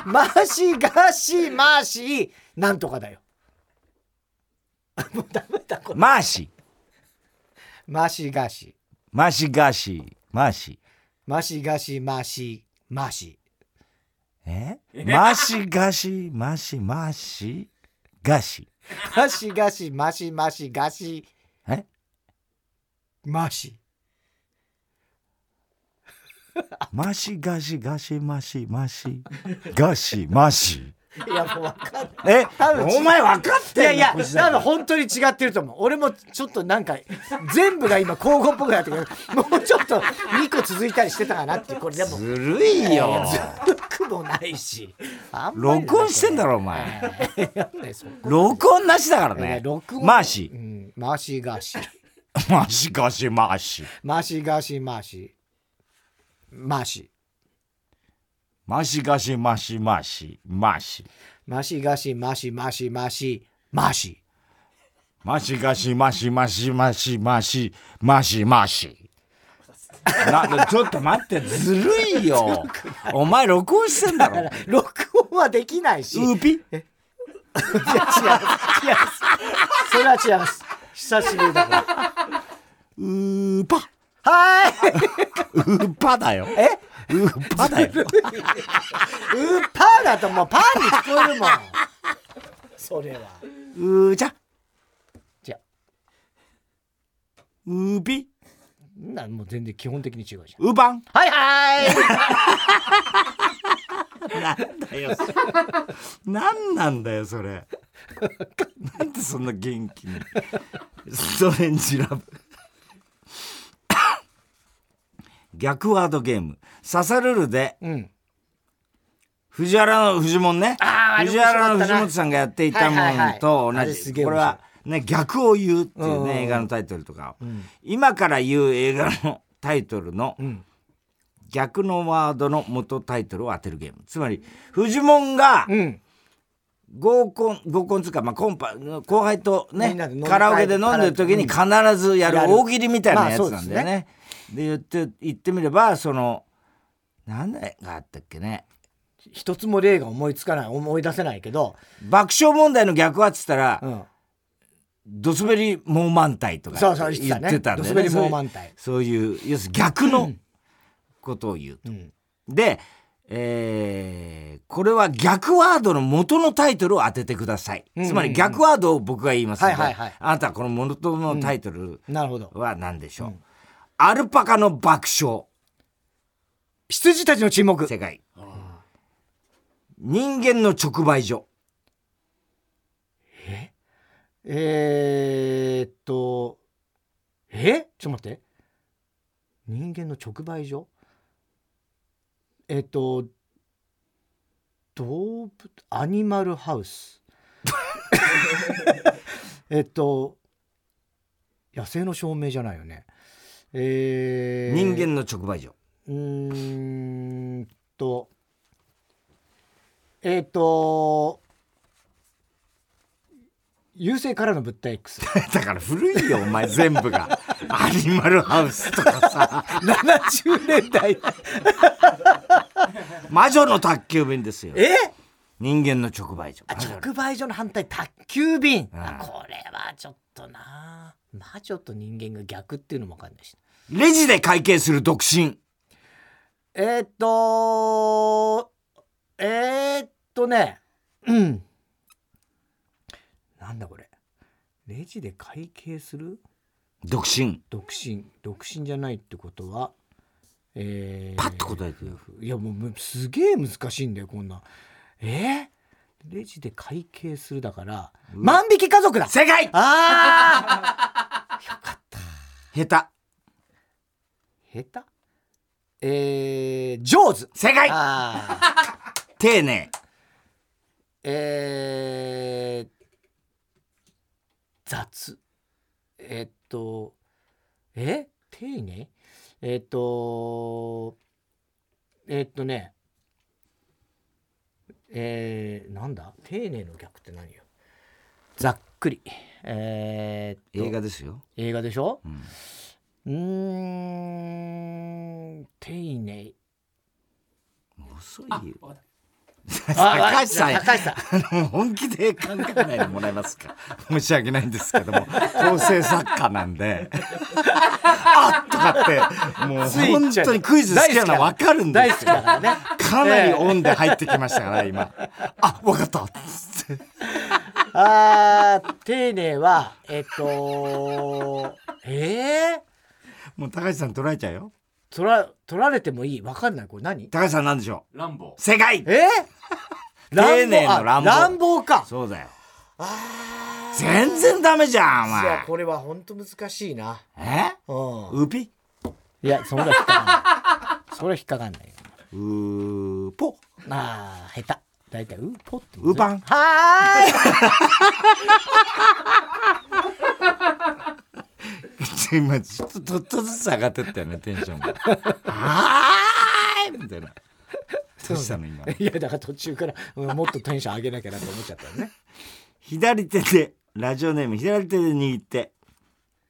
Speaker 1: マーシーガーシーマーシーなんとかだよもうダメだこれ
Speaker 2: マーシー
Speaker 1: マーシーガーシー
Speaker 2: マーシーガーシーマーシー
Speaker 1: マーシーガーシーマーシーマーシー
Speaker 2: えマーシーガーシーマーシーマーシーガーシ
Speaker 1: ガシガシマシマシガシ
Speaker 2: ーえ
Speaker 1: マシ
Speaker 2: マーシーガーシーガーシーマーシーマーシーガーシーマーシ
Speaker 1: いやもう分かんない
Speaker 2: ーえ
Speaker 1: 多分違う
Speaker 2: お前分かっ
Speaker 1: い
Speaker 2: てんの
Speaker 1: やいや
Speaker 2: こっちだけ
Speaker 1: 多分本当に違ってると思う俺もちょっとなんか全部が今交互っぽくなってくるもうちょっと2個続いたりしてたかなっていうこれでも
Speaker 2: ずるいよ。
Speaker 1: くもないしあんまり
Speaker 2: 録音してんだろ、お前。
Speaker 1: やんないそこ
Speaker 2: 録音なしだから
Speaker 1: いや
Speaker 2: ね。
Speaker 1: 録音
Speaker 2: マーシ
Speaker 1: うんマシガシ
Speaker 2: ー。マーシーガーシーマーシー。
Speaker 1: マシガシマシマシ
Speaker 2: マシガシマシマシマシ
Speaker 1: マシガシマシマシマシ
Speaker 2: マ
Speaker 1: マシ
Speaker 2: シガシマシマシマシマシマシマシなちょっと待ってずるいよお前録音してんだろ
Speaker 1: 録音はできないし
Speaker 2: ウーピ
Speaker 1: 違う違うそれは違います久しぶりだから
Speaker 2: ウーパ
Speaker 1: はーい
Speaker 2: ウーパだよ
Speaker 1: え
Speaker 2: ウーパだよ
Speaker 1: ウーパーだともうパーに聞こえるもんそれは
Speaker 2: うーちゃ
Speaker 1: じゃ
Speaker 2: うーぴ
Speaker 1: なもう全然基本的に違うじ
Speaker 2: うばん
Speaker 1: ゃんはいは
Speaker 2: なんだよそれなんなんだよそれなんでそんな元気にストレンジラブ逆ワードゲーム「刺さるる」で
Speaker 1: ーいうん
Speaker 2: 藤原の藤門ね
Speaker 1: あーあれ
Speaker 2: 藤原の
Speaker 1: 面白かった
Speaker 2: 藤
Speaker 1: な
Speaker 2: 本さんがやっていたも
Speaker 1: はいはい
Speaker 2: の
Speaker 1: はい
Speaker 2: と
Speaker 1: あ
Speaker 2: 同じ
Speaker 1: れすげえ
Speaker 2: こ
Speaker 1: 面
Speaker 2: れ
Speaker 1: 白い
Speaker 2: はね逆を言うっていう
Speaker 1: うんうんうん
Speaker 2: ね映画のタイトルとかを今から言う映画のタイトルの
Speaker 1: ん
Speaker 2: 逆のワードの元タイトルを当てるゲームつまり藤門が
Speaker 1: うん
Speaker 2: 合コン合コンつうかまあコンパ後輩と
Speaker 1: み
Speaker 2: ね
Speaker 1: んなで飲み会
Speaker 2: カラオケで飲んでる時に必ずやる
Speaker 1: やる
Speaker 2: 大喜利みたいなやつ
Speaker 1: まあ
Speaker 2: な
Speaker 1: そ
Speaker 2: んだ
Speaker 1: うです
Speaker 2: よね。で言って言ってみればその何だがあったっけね
Speaker 1: 一つも例が思いつかない思い出せないけど、
Speaker 2: 爆笑問題の逆はっつったら、
Speaker 1: うん、
Speaker 2: ドスベリ猛満体とか
Speaker 1: そうそう
Speaker 2: 言ってたん
Speaker 1: ね、ド
Speaker 2: で、
Speaker 1: ス
Speaker 2: ね
Speaker 1: ベリ猛満体
Speaker 2: そういう要するに逆のことを言うと、
Speaker 1: ん
Speaker 2: で、えーこれは逆ワードの元のタイトルを当ててください、つまり逆ワードを僕が言いますので、
Speaker 1: はいはいはい
Speaker 2: あなたはこの元のタイトル
Speaker 1: なるほど
Speaker 2: は何でしょう、アルパカの爆笑
Speaker 1: 羊たちの沈黙
Speaker 2: 世界人間の直売所
Speaker 1: えー、っとえちょっと待って人間の直売所えー、っと動物アニマルハウス えっと野生の証明じゃないよねえー、
Speaker 2: 人間の直売所
Speaker 1: うーんとえっ、と優勢からの物体 X
Speaker 2: だから古いよお前全部がアニマルハウスとかさ
Speaker 1: 70年代
Speaker 2: 魔女の宅急便ですよ
Speaker 1: え
Speaker 2: 人間の直売所
Speaker 1: あ
Speaker 2: 魔女の
Speaker 1: 直売所の反対宅急便、
Speaker 2: うん
Speaker 1: あこれはちょっとな魔女と人間が逆っていうのも分かんないし
Speaker 2: レジで会計する独身
Speaker 1: えっ、とえっとねうんなんだこれレジで会計する
Speaker 2: 独身
Speaker 1: 独身独身じゃないってことはえー
Speaker 2: パッと答えてよ
Speaker 1: いやもうむすげえ難しいんだよこんなんえー、レジで会計するだから万引き家族だ
Speaker 2: 正解
Speaker 1: あ
Speaker 2: 下
Speaker 1: ー下手えー、上手
Speaker 2: 手正解
Speaker 1: あー
Speaker 2: 丁寧
Speaker 1: えー、雑えっとえ丁寧えっとえっとねえー、なんだ丁寧の逆って何よざっくりえー、
Speaker 2: 映画ですよ
Speaker 1: 映画でしょ
Speaker 2: ん
Speaker 1: うーん丁寧
Speaker 2: 遅いよ
Speaker 1: あ
Speaker 2: 高橋さん
Speaker 1: 高橋さん
Speaker 2: あの本気で考えないでもらえますか 申し訳ないんですけども構成作家なん であっとかってもう
Speaker 1: つい
Speaker 2: 本当にクイズ好きなの分かるんで
Speaker 1: 大好
Speaker 2: す
Speaker 1: き
Speaker 2: よ
Speaker 1: だからね
Speaker 2: かなりオンで入ってきましたから 今あ分かったつって
Speaker 1: あー丁寧はえっとえー、
Speaker 2: もう高橋さん取られちゃうよ
Speaker 1: 取ら取られてもいいわかんないこれ何
Speaker 2: 高橋さんなんでしょ
Speaker 3: ランボ
Speaker 2: う正解
Speaker 1: えー、
Speaker 2: 丁寧の
Speaker 1: 乱
Speaker 2: 乱暴
Speaker 1: 暴あ乱暴か
Speaker 2: そうだよ全然ダメじゃんお
Speaker 1: いや
Speaker 2: 前
Speaker 1: これは本当難しいな
Speaker 2: え
Speaker 1: うん
Speaker 2: うぴ
Speaker 1: いやそれは引っかかんないそれは引っかかんないう
Speaker 2: ーぽ
Speaker 1: あー下手大体ウーポって
Speaker 2: ウーパン
Speaker 1: はーい
Speaker 2: 今ちょっとちょっとずつ上がってったよねテンションが「はーい!」みたいなどうしたの今。
Speaker 1: いやだから途中からうんもっとテンション上げなきゃなと思っちゃったのね
Speaker 2: 左手で、ラジオネーム左手で握って、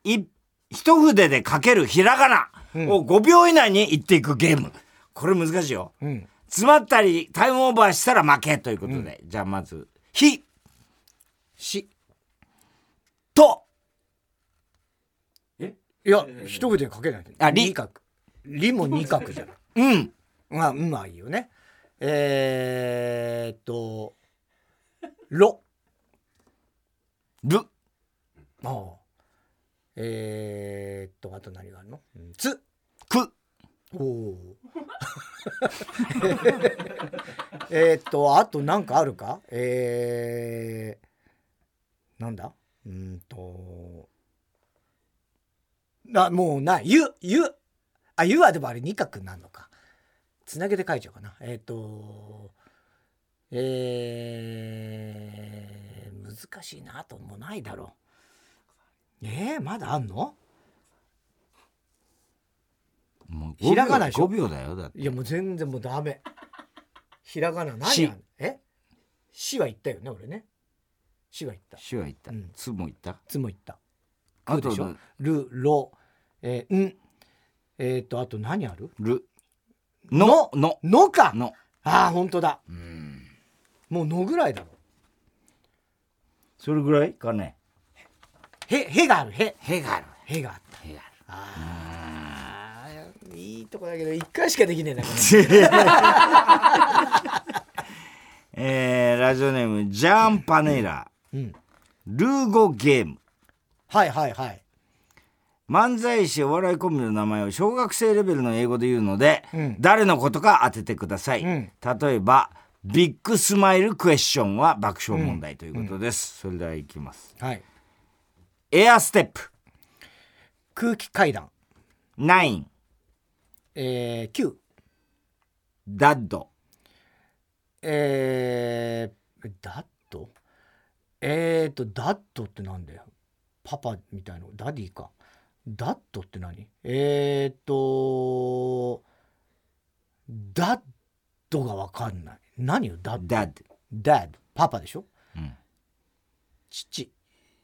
Speaker 2: い、一筆で書けるひらがなを5秒以内に言っていくゲーム。これ難しいよ。
Speaker 1: うん
Speaker 2: 詰まったり、タイムオーバーしたら負けということで。じゃあまず、ひ、
Speaker 1: し
Speaker 2: と、
Speaker 1: いや一筆に書けない
Speaker 2: あり
Speaker 1: 二画りも二画じゃない
Speaker 2: うん。
Speaker 1: まあうまいよねえー、っとろ
Speaker 2: る、
Speaker 1: ああえー、っとあと何があるのうんつ
Speaker 2: く、
Speaker 1: おお えーっとあと何かあるかえー、なんだうーんとあもうない「ゆ」「ゆ」あ「ゆ」はでもあれ二角なのかつなげて書いちゃおうかなえーっとえー、難しいなあともうないだろうえー、まだあんの
Speaker 2: もう5秒
Speaker 1: ひらがなでしょ
Speaker 2: 5秒だよ。だって。
Speaker 1: いやもう全然もうダ メ。ひらがな何
Speaker 2: し
Speaker 1: やんえしは言ったよね俺ね。しは言った。
Speaker 2: 手話言った
Speaker 1: うん。
Speaker 2: つも言った。
Speaker 1: つも言った。
Speaker 2: あ
Speaker 1: く
Speaker 2: と
Speaker 1: でしょ、る、ろ、えー、ん。えっ、とあと何ある
Speaker 2: る、の、の、
Speaker 1: のか
Speaker 2: の。
Speaker 1: ああ本当だ。
Speaker 2: うん。
Speaker 1: もうのぐらいだろ。
Speaker 2: それぐらいかね。
Speaker 1: へ、へがある。へ。
Speaker 2: へがある。
Speaker 1: へがあった。
Speaker 2: へがある。
Speaker 1: ああ、いいとこだけど一回しかできねえな。これ
Speaker 2: えー、ラジオネーム、ジャンパネラ、
Speaker 1: うん。
Speaker 2: ルーゴゲーム。
Speaker 1: はいはいはい。
Speaker 2: 漫才師お笑いコンビの名前を小学生レベルの英語で言うので、
Speaker 1: うん
Speaker 2: 誰のことか当ててください、
Speaker 1: うん
Speaker 2: 例えばビッグスマイルクエスチョンは爆笑問題ということです、それではいきます
Speaker 1: はい。
Speaker 2: エアステップ
Speaker 1: 空気階段。
Speaker 2: ナイン
Speaker 1: えー、九。
Speaker 2: ダッド
Speaker 1: えー、ダッドえーと、ダッドってなんだよ。パパみたいな、ダディか。ダッドって何えーと、ダッドがわかんない。何よ、ダッド。
Speaker 2: ダッド
Speaker 1: ダッド。パパでしょ
Speaker 2: うん
Speaker 1: 父。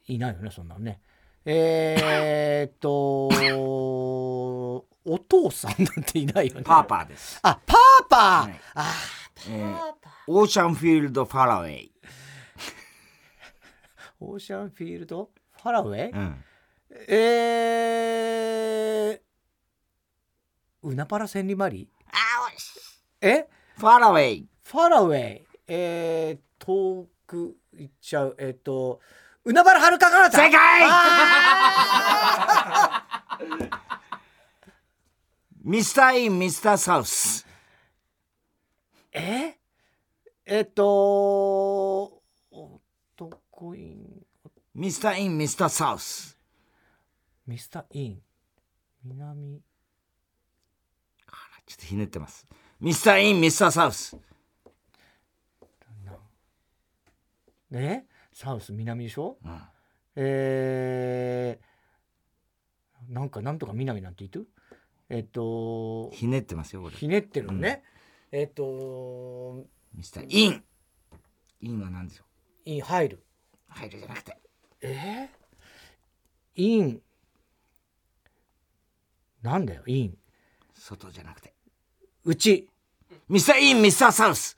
Speaker 1: いないよね、そんなのね。えーと、お父さんなんていないよね。
Speaker 2: パーパーです、
Speaker 1: あ、パーパー、
Speaker 2: い
Speaker 1: あー、
Speaker 2: えー
Speaker 1: パーパー。
Speaker 2: オーシャンフィールド・ファラウェイ、
Speaker 1: オーシャンフィールドファラウェイ、
Speaker 2: うん、
Speaker 1: えー、ウナパラ千里マリえ
Speaker 2: ファラウェイ
Speaker 1: ファラウェイえー、遠く行っちゃうえっ、とウナバラハルカカナタ
Speaker 2: 正解 ミスター・イン・ミスター・サウス
Speaker 1: ええっ、と男イン
Speaker 2: ミスター・イン・ミスター・サウス
Speaker 1: ミスターイン南
Speaker 2: ちょっとひねってますミスター・イン・ミスター・サウス
Speaker 1: えサウス南でしょ
Speaker 2: うん
Speaker 1: えー、なんかなんとか南なんて言ってるえっと
Speaker 2: ひねってますよ俺
Speaker 1: ひねってるのね、えっと
Speaker 2: ミスター・インインは何でしょう
Speaker 1: イン入る
Speaker 2: 入るじゃなくて
Speaker 1: えー、インなんだよイン
Speaker 2: 外じゃなくて
Speaker 1: うち
Speaker 2: ミスター・イン・ミスター・サウス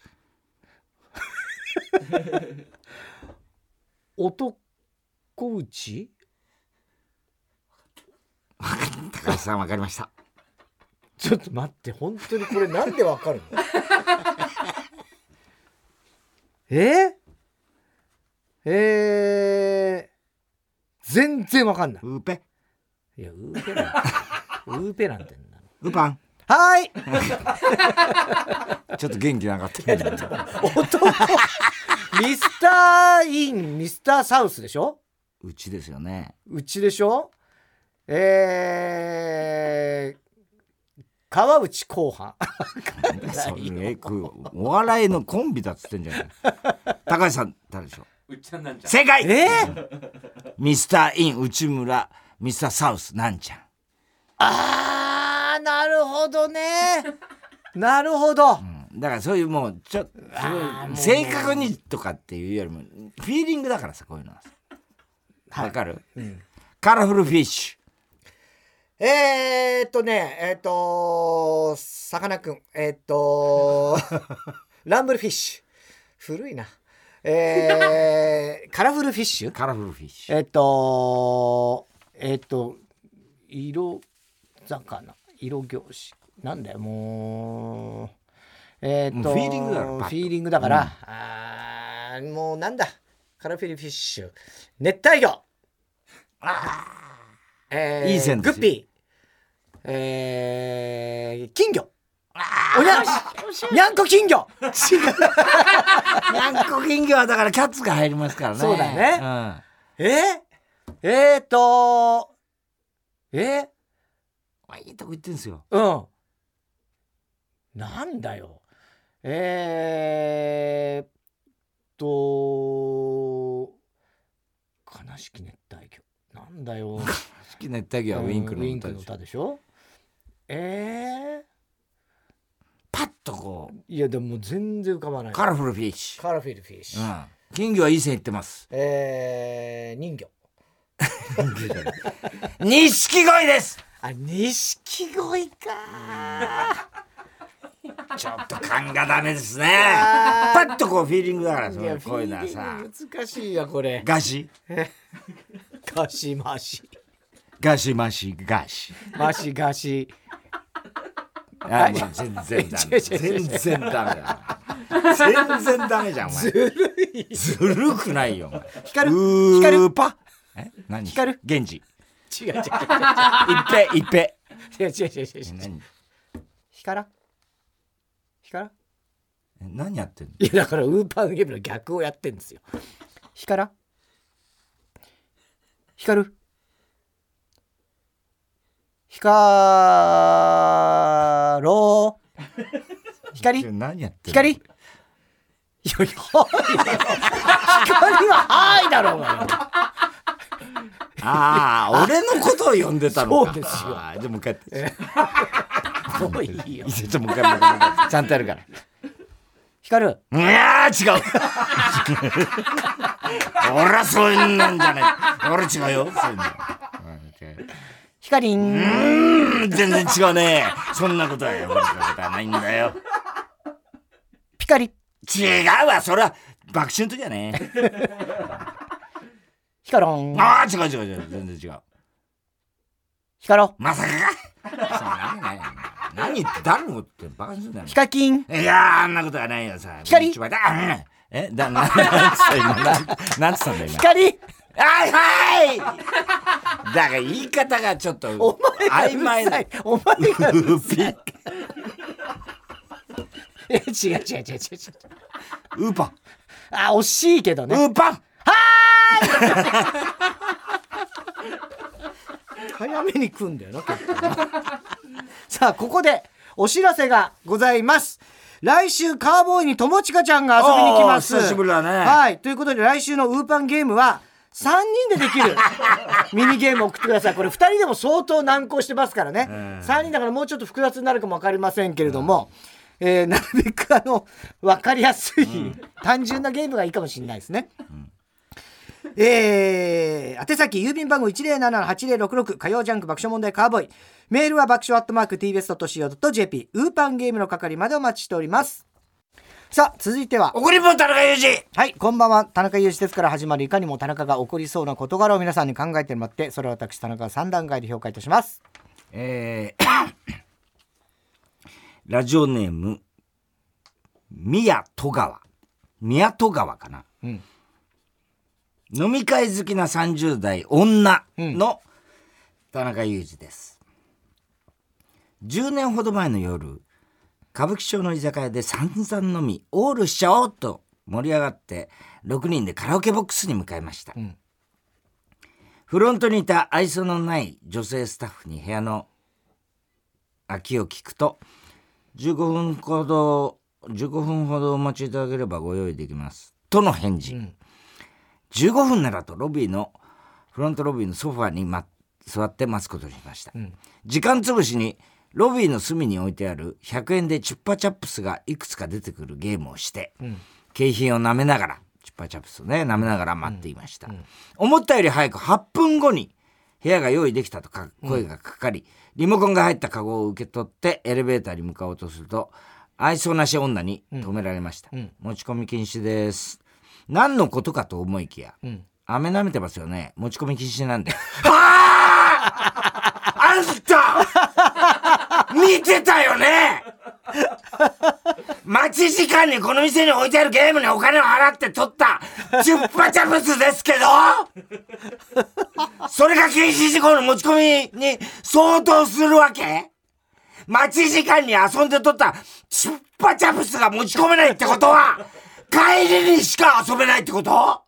Speaker 1: 男うち
Speaker 2: 高橋さんわかりました
Speaker 1: ちょっと待って本当にこれなんでわかるの えー、えー、全然わかんない
Speaker 2: ウーペ
Speaker 1: いや、ウーペラン。ウーペランってなんだろ
Speaker 2: ウーパン
Speaker 1: うはーい。
Speaker 2: ちょっと元気なかった
Speaker 1: 男。ミスターイン、ミスターサウスでしょ
Speaker 2: うちですよね
Speaker 1: うちでしょえー、川内後半。
Speaker 2: それえくお笑いのコンビだっつってんじゃない高橋さん誰でしょ
Speaker 3: うっちゃんなんち
Speaker 2: う
Speaker 3: ゃん
Speaker 2: 正解
Speaker 1: えー、
Speaker 2: ミスター・イン内村ミスター・サウスなんちゃん
Speaker 1: あー、なるほどね。なるほど。
Speaker 2: だからそういうもうちょっと正確にとかっていうよりもフィーリングだからさこういうのはさわかる、カラフルフィッシ
Speaker 1: えー、っとね、えーっと、さかなクン、えーっと、ランブルフィッシュ。古いな。えー、カラフルフィッシュ
Speaker 2: ュカラフルフィッシュ
Speaker 1: えっと、えっと、色魚、色行詞。なんだよ、もう。えっ
Speaker 2: も
Speaker 1: と、
Speaker 2: うフィーリングだろパッと
Speaker 1: フィーリングだから。あーもうなんだ。カラフィルフィッシュ。熱帯魚。えー
Speaker 2: いい線
Speaker 1: グ
Speaker 2: です
Speaker 1: ッピー。えー、金魚。おにゃんにゃんこ金 魚。
Speaker 2: ヤンコ金魚はだからキャッツが入りますからね
Speaker 1: そうだね
Speaker 2: うん
Speaker 1: えー、えー、と、えー、
Speaker 2: あいいとこ行ってんすよ。
Speaker 1: うん。なんだよ。えー、っと、悲しき熱帯魚。なんだよ。
Speaker 2: 好きな熱帯魚はウィンクの
Speaker 1: うんウィンク
Speaker 2: 歌
Speaker 1: の
Speaker 2: でしょ
Speaker 1: 歌でしょえ
Speaker 2: パッとこう、
Speaker 1: ー、いやでももう全然浮かばない。
Speaker 2: カラフルフィッシュ。
Speaker 1: カラフィルフィッシ
Speaker 2: う
Speaker 1: ュ。
Speaker 2: ん。金魚はいい線いってます。
Speaker 1: えー、人魚。
Speaker 2: 錦鯉です
Speaker 1: あ、錦 鯉か
Speaker 2: ちょっと勘がダメですね。パッとこうフィーリングだから、そ
Speaker 1: ー。いや、
Speaker 2: う
Speaker 1: フ
Speaker 2: こうい
Speaker 1: ィ
Speaker 2: う
Speaker 1: ー
Speaker 2: のは
Speaker 1: リ
Speaker 2: さ
Speaker 1: ン。グ難しいや、これ。
Speaker 2: ガシ
Speaker 1: ガシマシ。
Speaker 2: ガシマシガシ。
Speaker 1: マシガシ。
Speaker 2: あ、もう全然ダ
Speaker 1: 違う違う違
Speaker 2: メ。
Speaker 1: う
Speaker 2: 全然ダメだな。全然ダメじゃん、お前。ずるい。ずるくないよ、お前。
Speaker 1: 光る
Speaker 2: う
Speaker 1: 光
Speaker 2: ー
Speaker 1: る
Speaker 2: パえ何
Speaker 1: 光る
Speaker 2: 源氏。
Speaker 1: 違う違う違う。
Speaker 2: 一平、一平。
Speaker 1: 違う違う違う違う違う。
Speaker 2: 何
Speaker 1: ひからひから
Speaker 2: 何やってんの
Speaker 1: いやだからウーパーゲームの逆をやってんですよ。ひからひかるひかろうひかりひ
Speaker 2: 何やってんの
Speaker 1: かりいやいや光ははいだろうがよ
Speaker 2: ああ、俺のことを呼んでたのか。
Speaker 1: そうですよ
Speaker 2: あーじゃあもう一回やって。
Speaker 1: もういいよ
Speaker 2: いやちょっともう一回もう一回もう一回ちゃんとやるから。
Speaker 1: ひかる
Speaker 2: いやー違う。 俺はそういうなんじゃない。俺違うよ。そういうの
Speaker 1: ひかりん
Speaker 2: うん全然違うね。そんなことはよ。俺のことはないんだよ。
Speaker 1: ピカリ
Speaker 2: 違うわ。それは爆心の時はね。
Speaker 1: ひかろん
Speaker 2: ああ、違う違う違う。全然違う。
Speaker 1: ひかろ
Speaker 2: まさかか。そんなことないよ何言って誰のことってバカにすんだよ
Speaker 1: ひ。かきん
Speaker 2: いやー、あんなことはないよさ。
Speaker 1: 光
Speaker 2: 一番だうんえだ、な、なんつった今、なんなんつったんだ今
Speaker 1: ひ。かり
Speaker 2: はいはいだから言い方がちょっと、
Speaker 1: お前
Speaker 2: 曖
Speaker 1: が
Speaker 2: 昧
Speaker 1: うるさ
Speaker 2: だ
Speaker 1: い。お前がう
Speaker 2: ウ
Speaker 1: る
Speaker 2: ーピ
Speaker 1: さ
Speaker 2: ー
Speaker 1: い。 え違う違う違う違う違う。
Speaker 2: ウーパン。
Speaker 1: あ、惜しいけどね。
Speaker 2: ウーパン
Speaker 1: 早めに来んだよな。結構な さあ、ここでお知らせがございます。来週、カーボーイに友近ちゃんが遊びに来ます。
Speaker 2: おー久しぶりだね
Speaker 1: はい。ということで、来週のウーパンゲームは、3人ででき るミニゲームを送ってください。これ2人でも相当難航してますからね。3人だからもうちょっと複雑になるかも分かりませんけれども、えーなるべくあの、分かりやすい、単純なゲームがいいかもしれないですね。えー、宛先郵便番号107-8066火曜ジャンク爆笑問題カーボーイメールは爆笑アットマーク TBS.CO.JP ウーパンゲームの係までお待ちしておりますさあ続いては
Speaker 2: 送りんぼ田中裕二
Speaker 1: はいこんばんは田中裕二ですから始まるいかにも田中が起こりそうな事柄を皆さんに考えてもらってそれを私田中が3段階で評価いたします
Speaker 2: えー、 ラジオネーム、宮戸川。宮戸川かな。
Speaker 1: うん
Speaker 2: 飲み会好きな30代女の田中裕二です。10年ほど前の夜、歌舞伎町の居酒屋で散々飲み、オールしちゃおうと盛り上がって、6人でカラオケボックスに向かいました。
Speaker 1: ん
Speaker 2: フロントにいた愛想のない女性スタッフに部屋の空きを聞くと、15分ほど、15分ほどお待ちいただければご用意できます。との返事。15分ならとロビーのフロントロビーのソファーに、ま、座って待つことにしました、時間つぶしにロビーの隅に置いてある100円でチュッパチャップスがいくつか出てくるゲームをして、景品を舐めながら、チュッパチャップスをね、舐めながら待っていました。思ったより早く8分後に部屋が用意できたとか声がかかり、リモコンが入ったカゴを受け取ってエレベーターに向かおうとすると、愛想なし女に止められました。持ち込み禁止です。何のことかと思いきや、飴舐めてますよね。持ち込み禁止なんで。あんた見てたよね待ち時間にこの店に置いてあるゲームにお金を払って取ったチュッパチャプスですけどそれが禁止事項の持ち込みに相当するわけ待ち時間に遊んで取ったチュッパチャプスが持ち込めないってことは帰りにしか遊べないってこと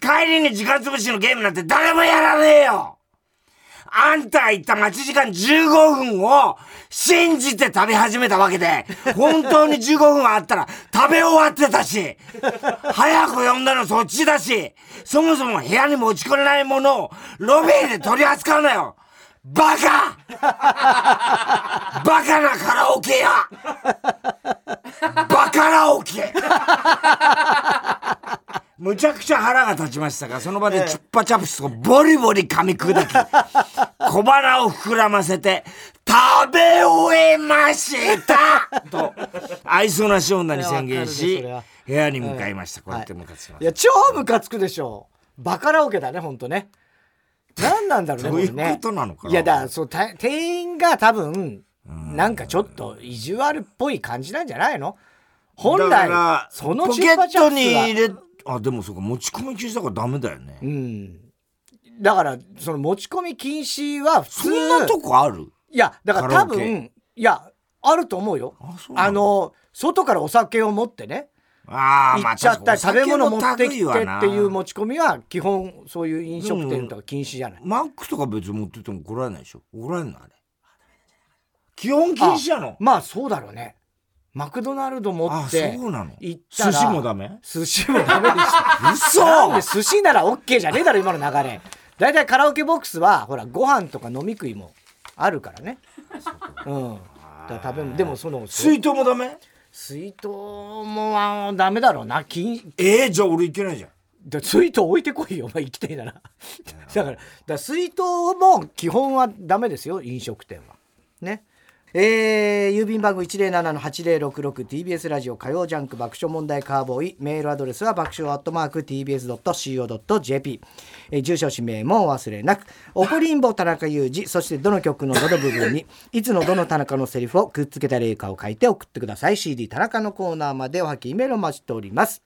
Speaker 2: 帰りに時間潰しのゲームなんて誰もやらねえよあんたが言った待ち時間15分を信じて食べ始めたわけで、本当に15分はあったら食べ終わってたし、早く呼んだのそっちだし、そもそも部屋に持ち込めないものをロビーで取り扱うなよバカバカなカラオケやバカラオケむちゃくちゃ腹が立ちましたが、その場でチュッパチャプスをボリボリ噛み砕き、小腹を膨らませて、食べ終えましたと、愛想なし女に宣言
Speaker 1: いやわかるねそ
Speaker 2: し
Speaker 1: れは、
Speaker 2: 部屋に向かいました。こうやって
Speaker 1: は
Speaker 2: 向かってきま
Speaker 1: い
Speaker 2: す。
Speaker 1: や超ムカつくでしょバカラオケだねほんとね何なんだろうね
Speaker 2: どういう
Speaker 1: これね
Speaker 2: ことなのかない
Speaker 1: やだからそうた店員が多分なんかちょっと意地悪っぽい感じなんじゃないの本
Speaker 2: だか
Speaker 1: 来
Speaker 2: ら
Speaker 1: その
Speaker 2: ポ
Speaker 1: チ
Speaker 2: ケ
Speaker 1: ュッパ
Speaker 2: ッ
Speaker 1: チャ
Speaker 2: ト
Speaker 1: プス
Speaker 2: に入
Speaker 1: は
Speaker 2: れ、あ、でもそうか、持ち込み禁止だからダメだよね。
Speaker 1: うんだからその持ち込み禁止は普通
Speaker 2: そんなとこある
Speaker 1: いやだから多
Speaker 2: カラオケ
Speaker 1: 分いやあると思うよ
Speaker 2: あそうなの
Speaker 1: あの外からお酒を持ってね
Speaker 2: ああ、
Speaker 1: 行
Speaker 2: まあ
Speaker 1: っちゃったり食べ物持ってきて
Speaker 2: 確か
Speaker 1: っ
Speaker 2: に
Speaker 1: ていう
Speaker 2: お酒の類はな
Speaker 1: 持ち込みは基本そういう飲食店とか禁止じゃない
Speaker 2: マックとか別に持ってっても怒られないでしょ怒られるのあれ。基本禁止なの
Speaker 1: まあそうだろうねマクドナルド持
Speaker 2: あ
Speaker 1: って
Speaker 2: そうなの
Speaker 1: 行ったら
Speaker 2: 寿司も ダメ
Speaker 1: 寿司も ダメでした
Speaker 2: 嘘
Speaker 1: なんで寿司なら OK じゃねえだろ今の流れ大体カラオケボックスはほらご飯とか飲み食いもあるからねうんだから食べ物でもその水
Speaker 2: 水筒もダメ
Speaker 1: 水筒もあダメだろうな禁
Speaker 2: えー、じゃあ俺いけないじゃん。
Speaker 1: だ水筒置いてこいよお前行きたいならだからだから水筒も基本はダメですよ飲食店はねえー郵便番号 107-8066TBS ラジオ火曜ジャンク爆笑問題カーボーイメールアドレスは爆笑アットマーク TBS.CO.JP、えー住所氏名もお忘れなく怒りんぼ田中裕二そしてどの曲のどの部分にいつのどの田中のセリフをくっつけた例かを書いて送ってください CD 田中のコーナーまでおはきメールを待ちしております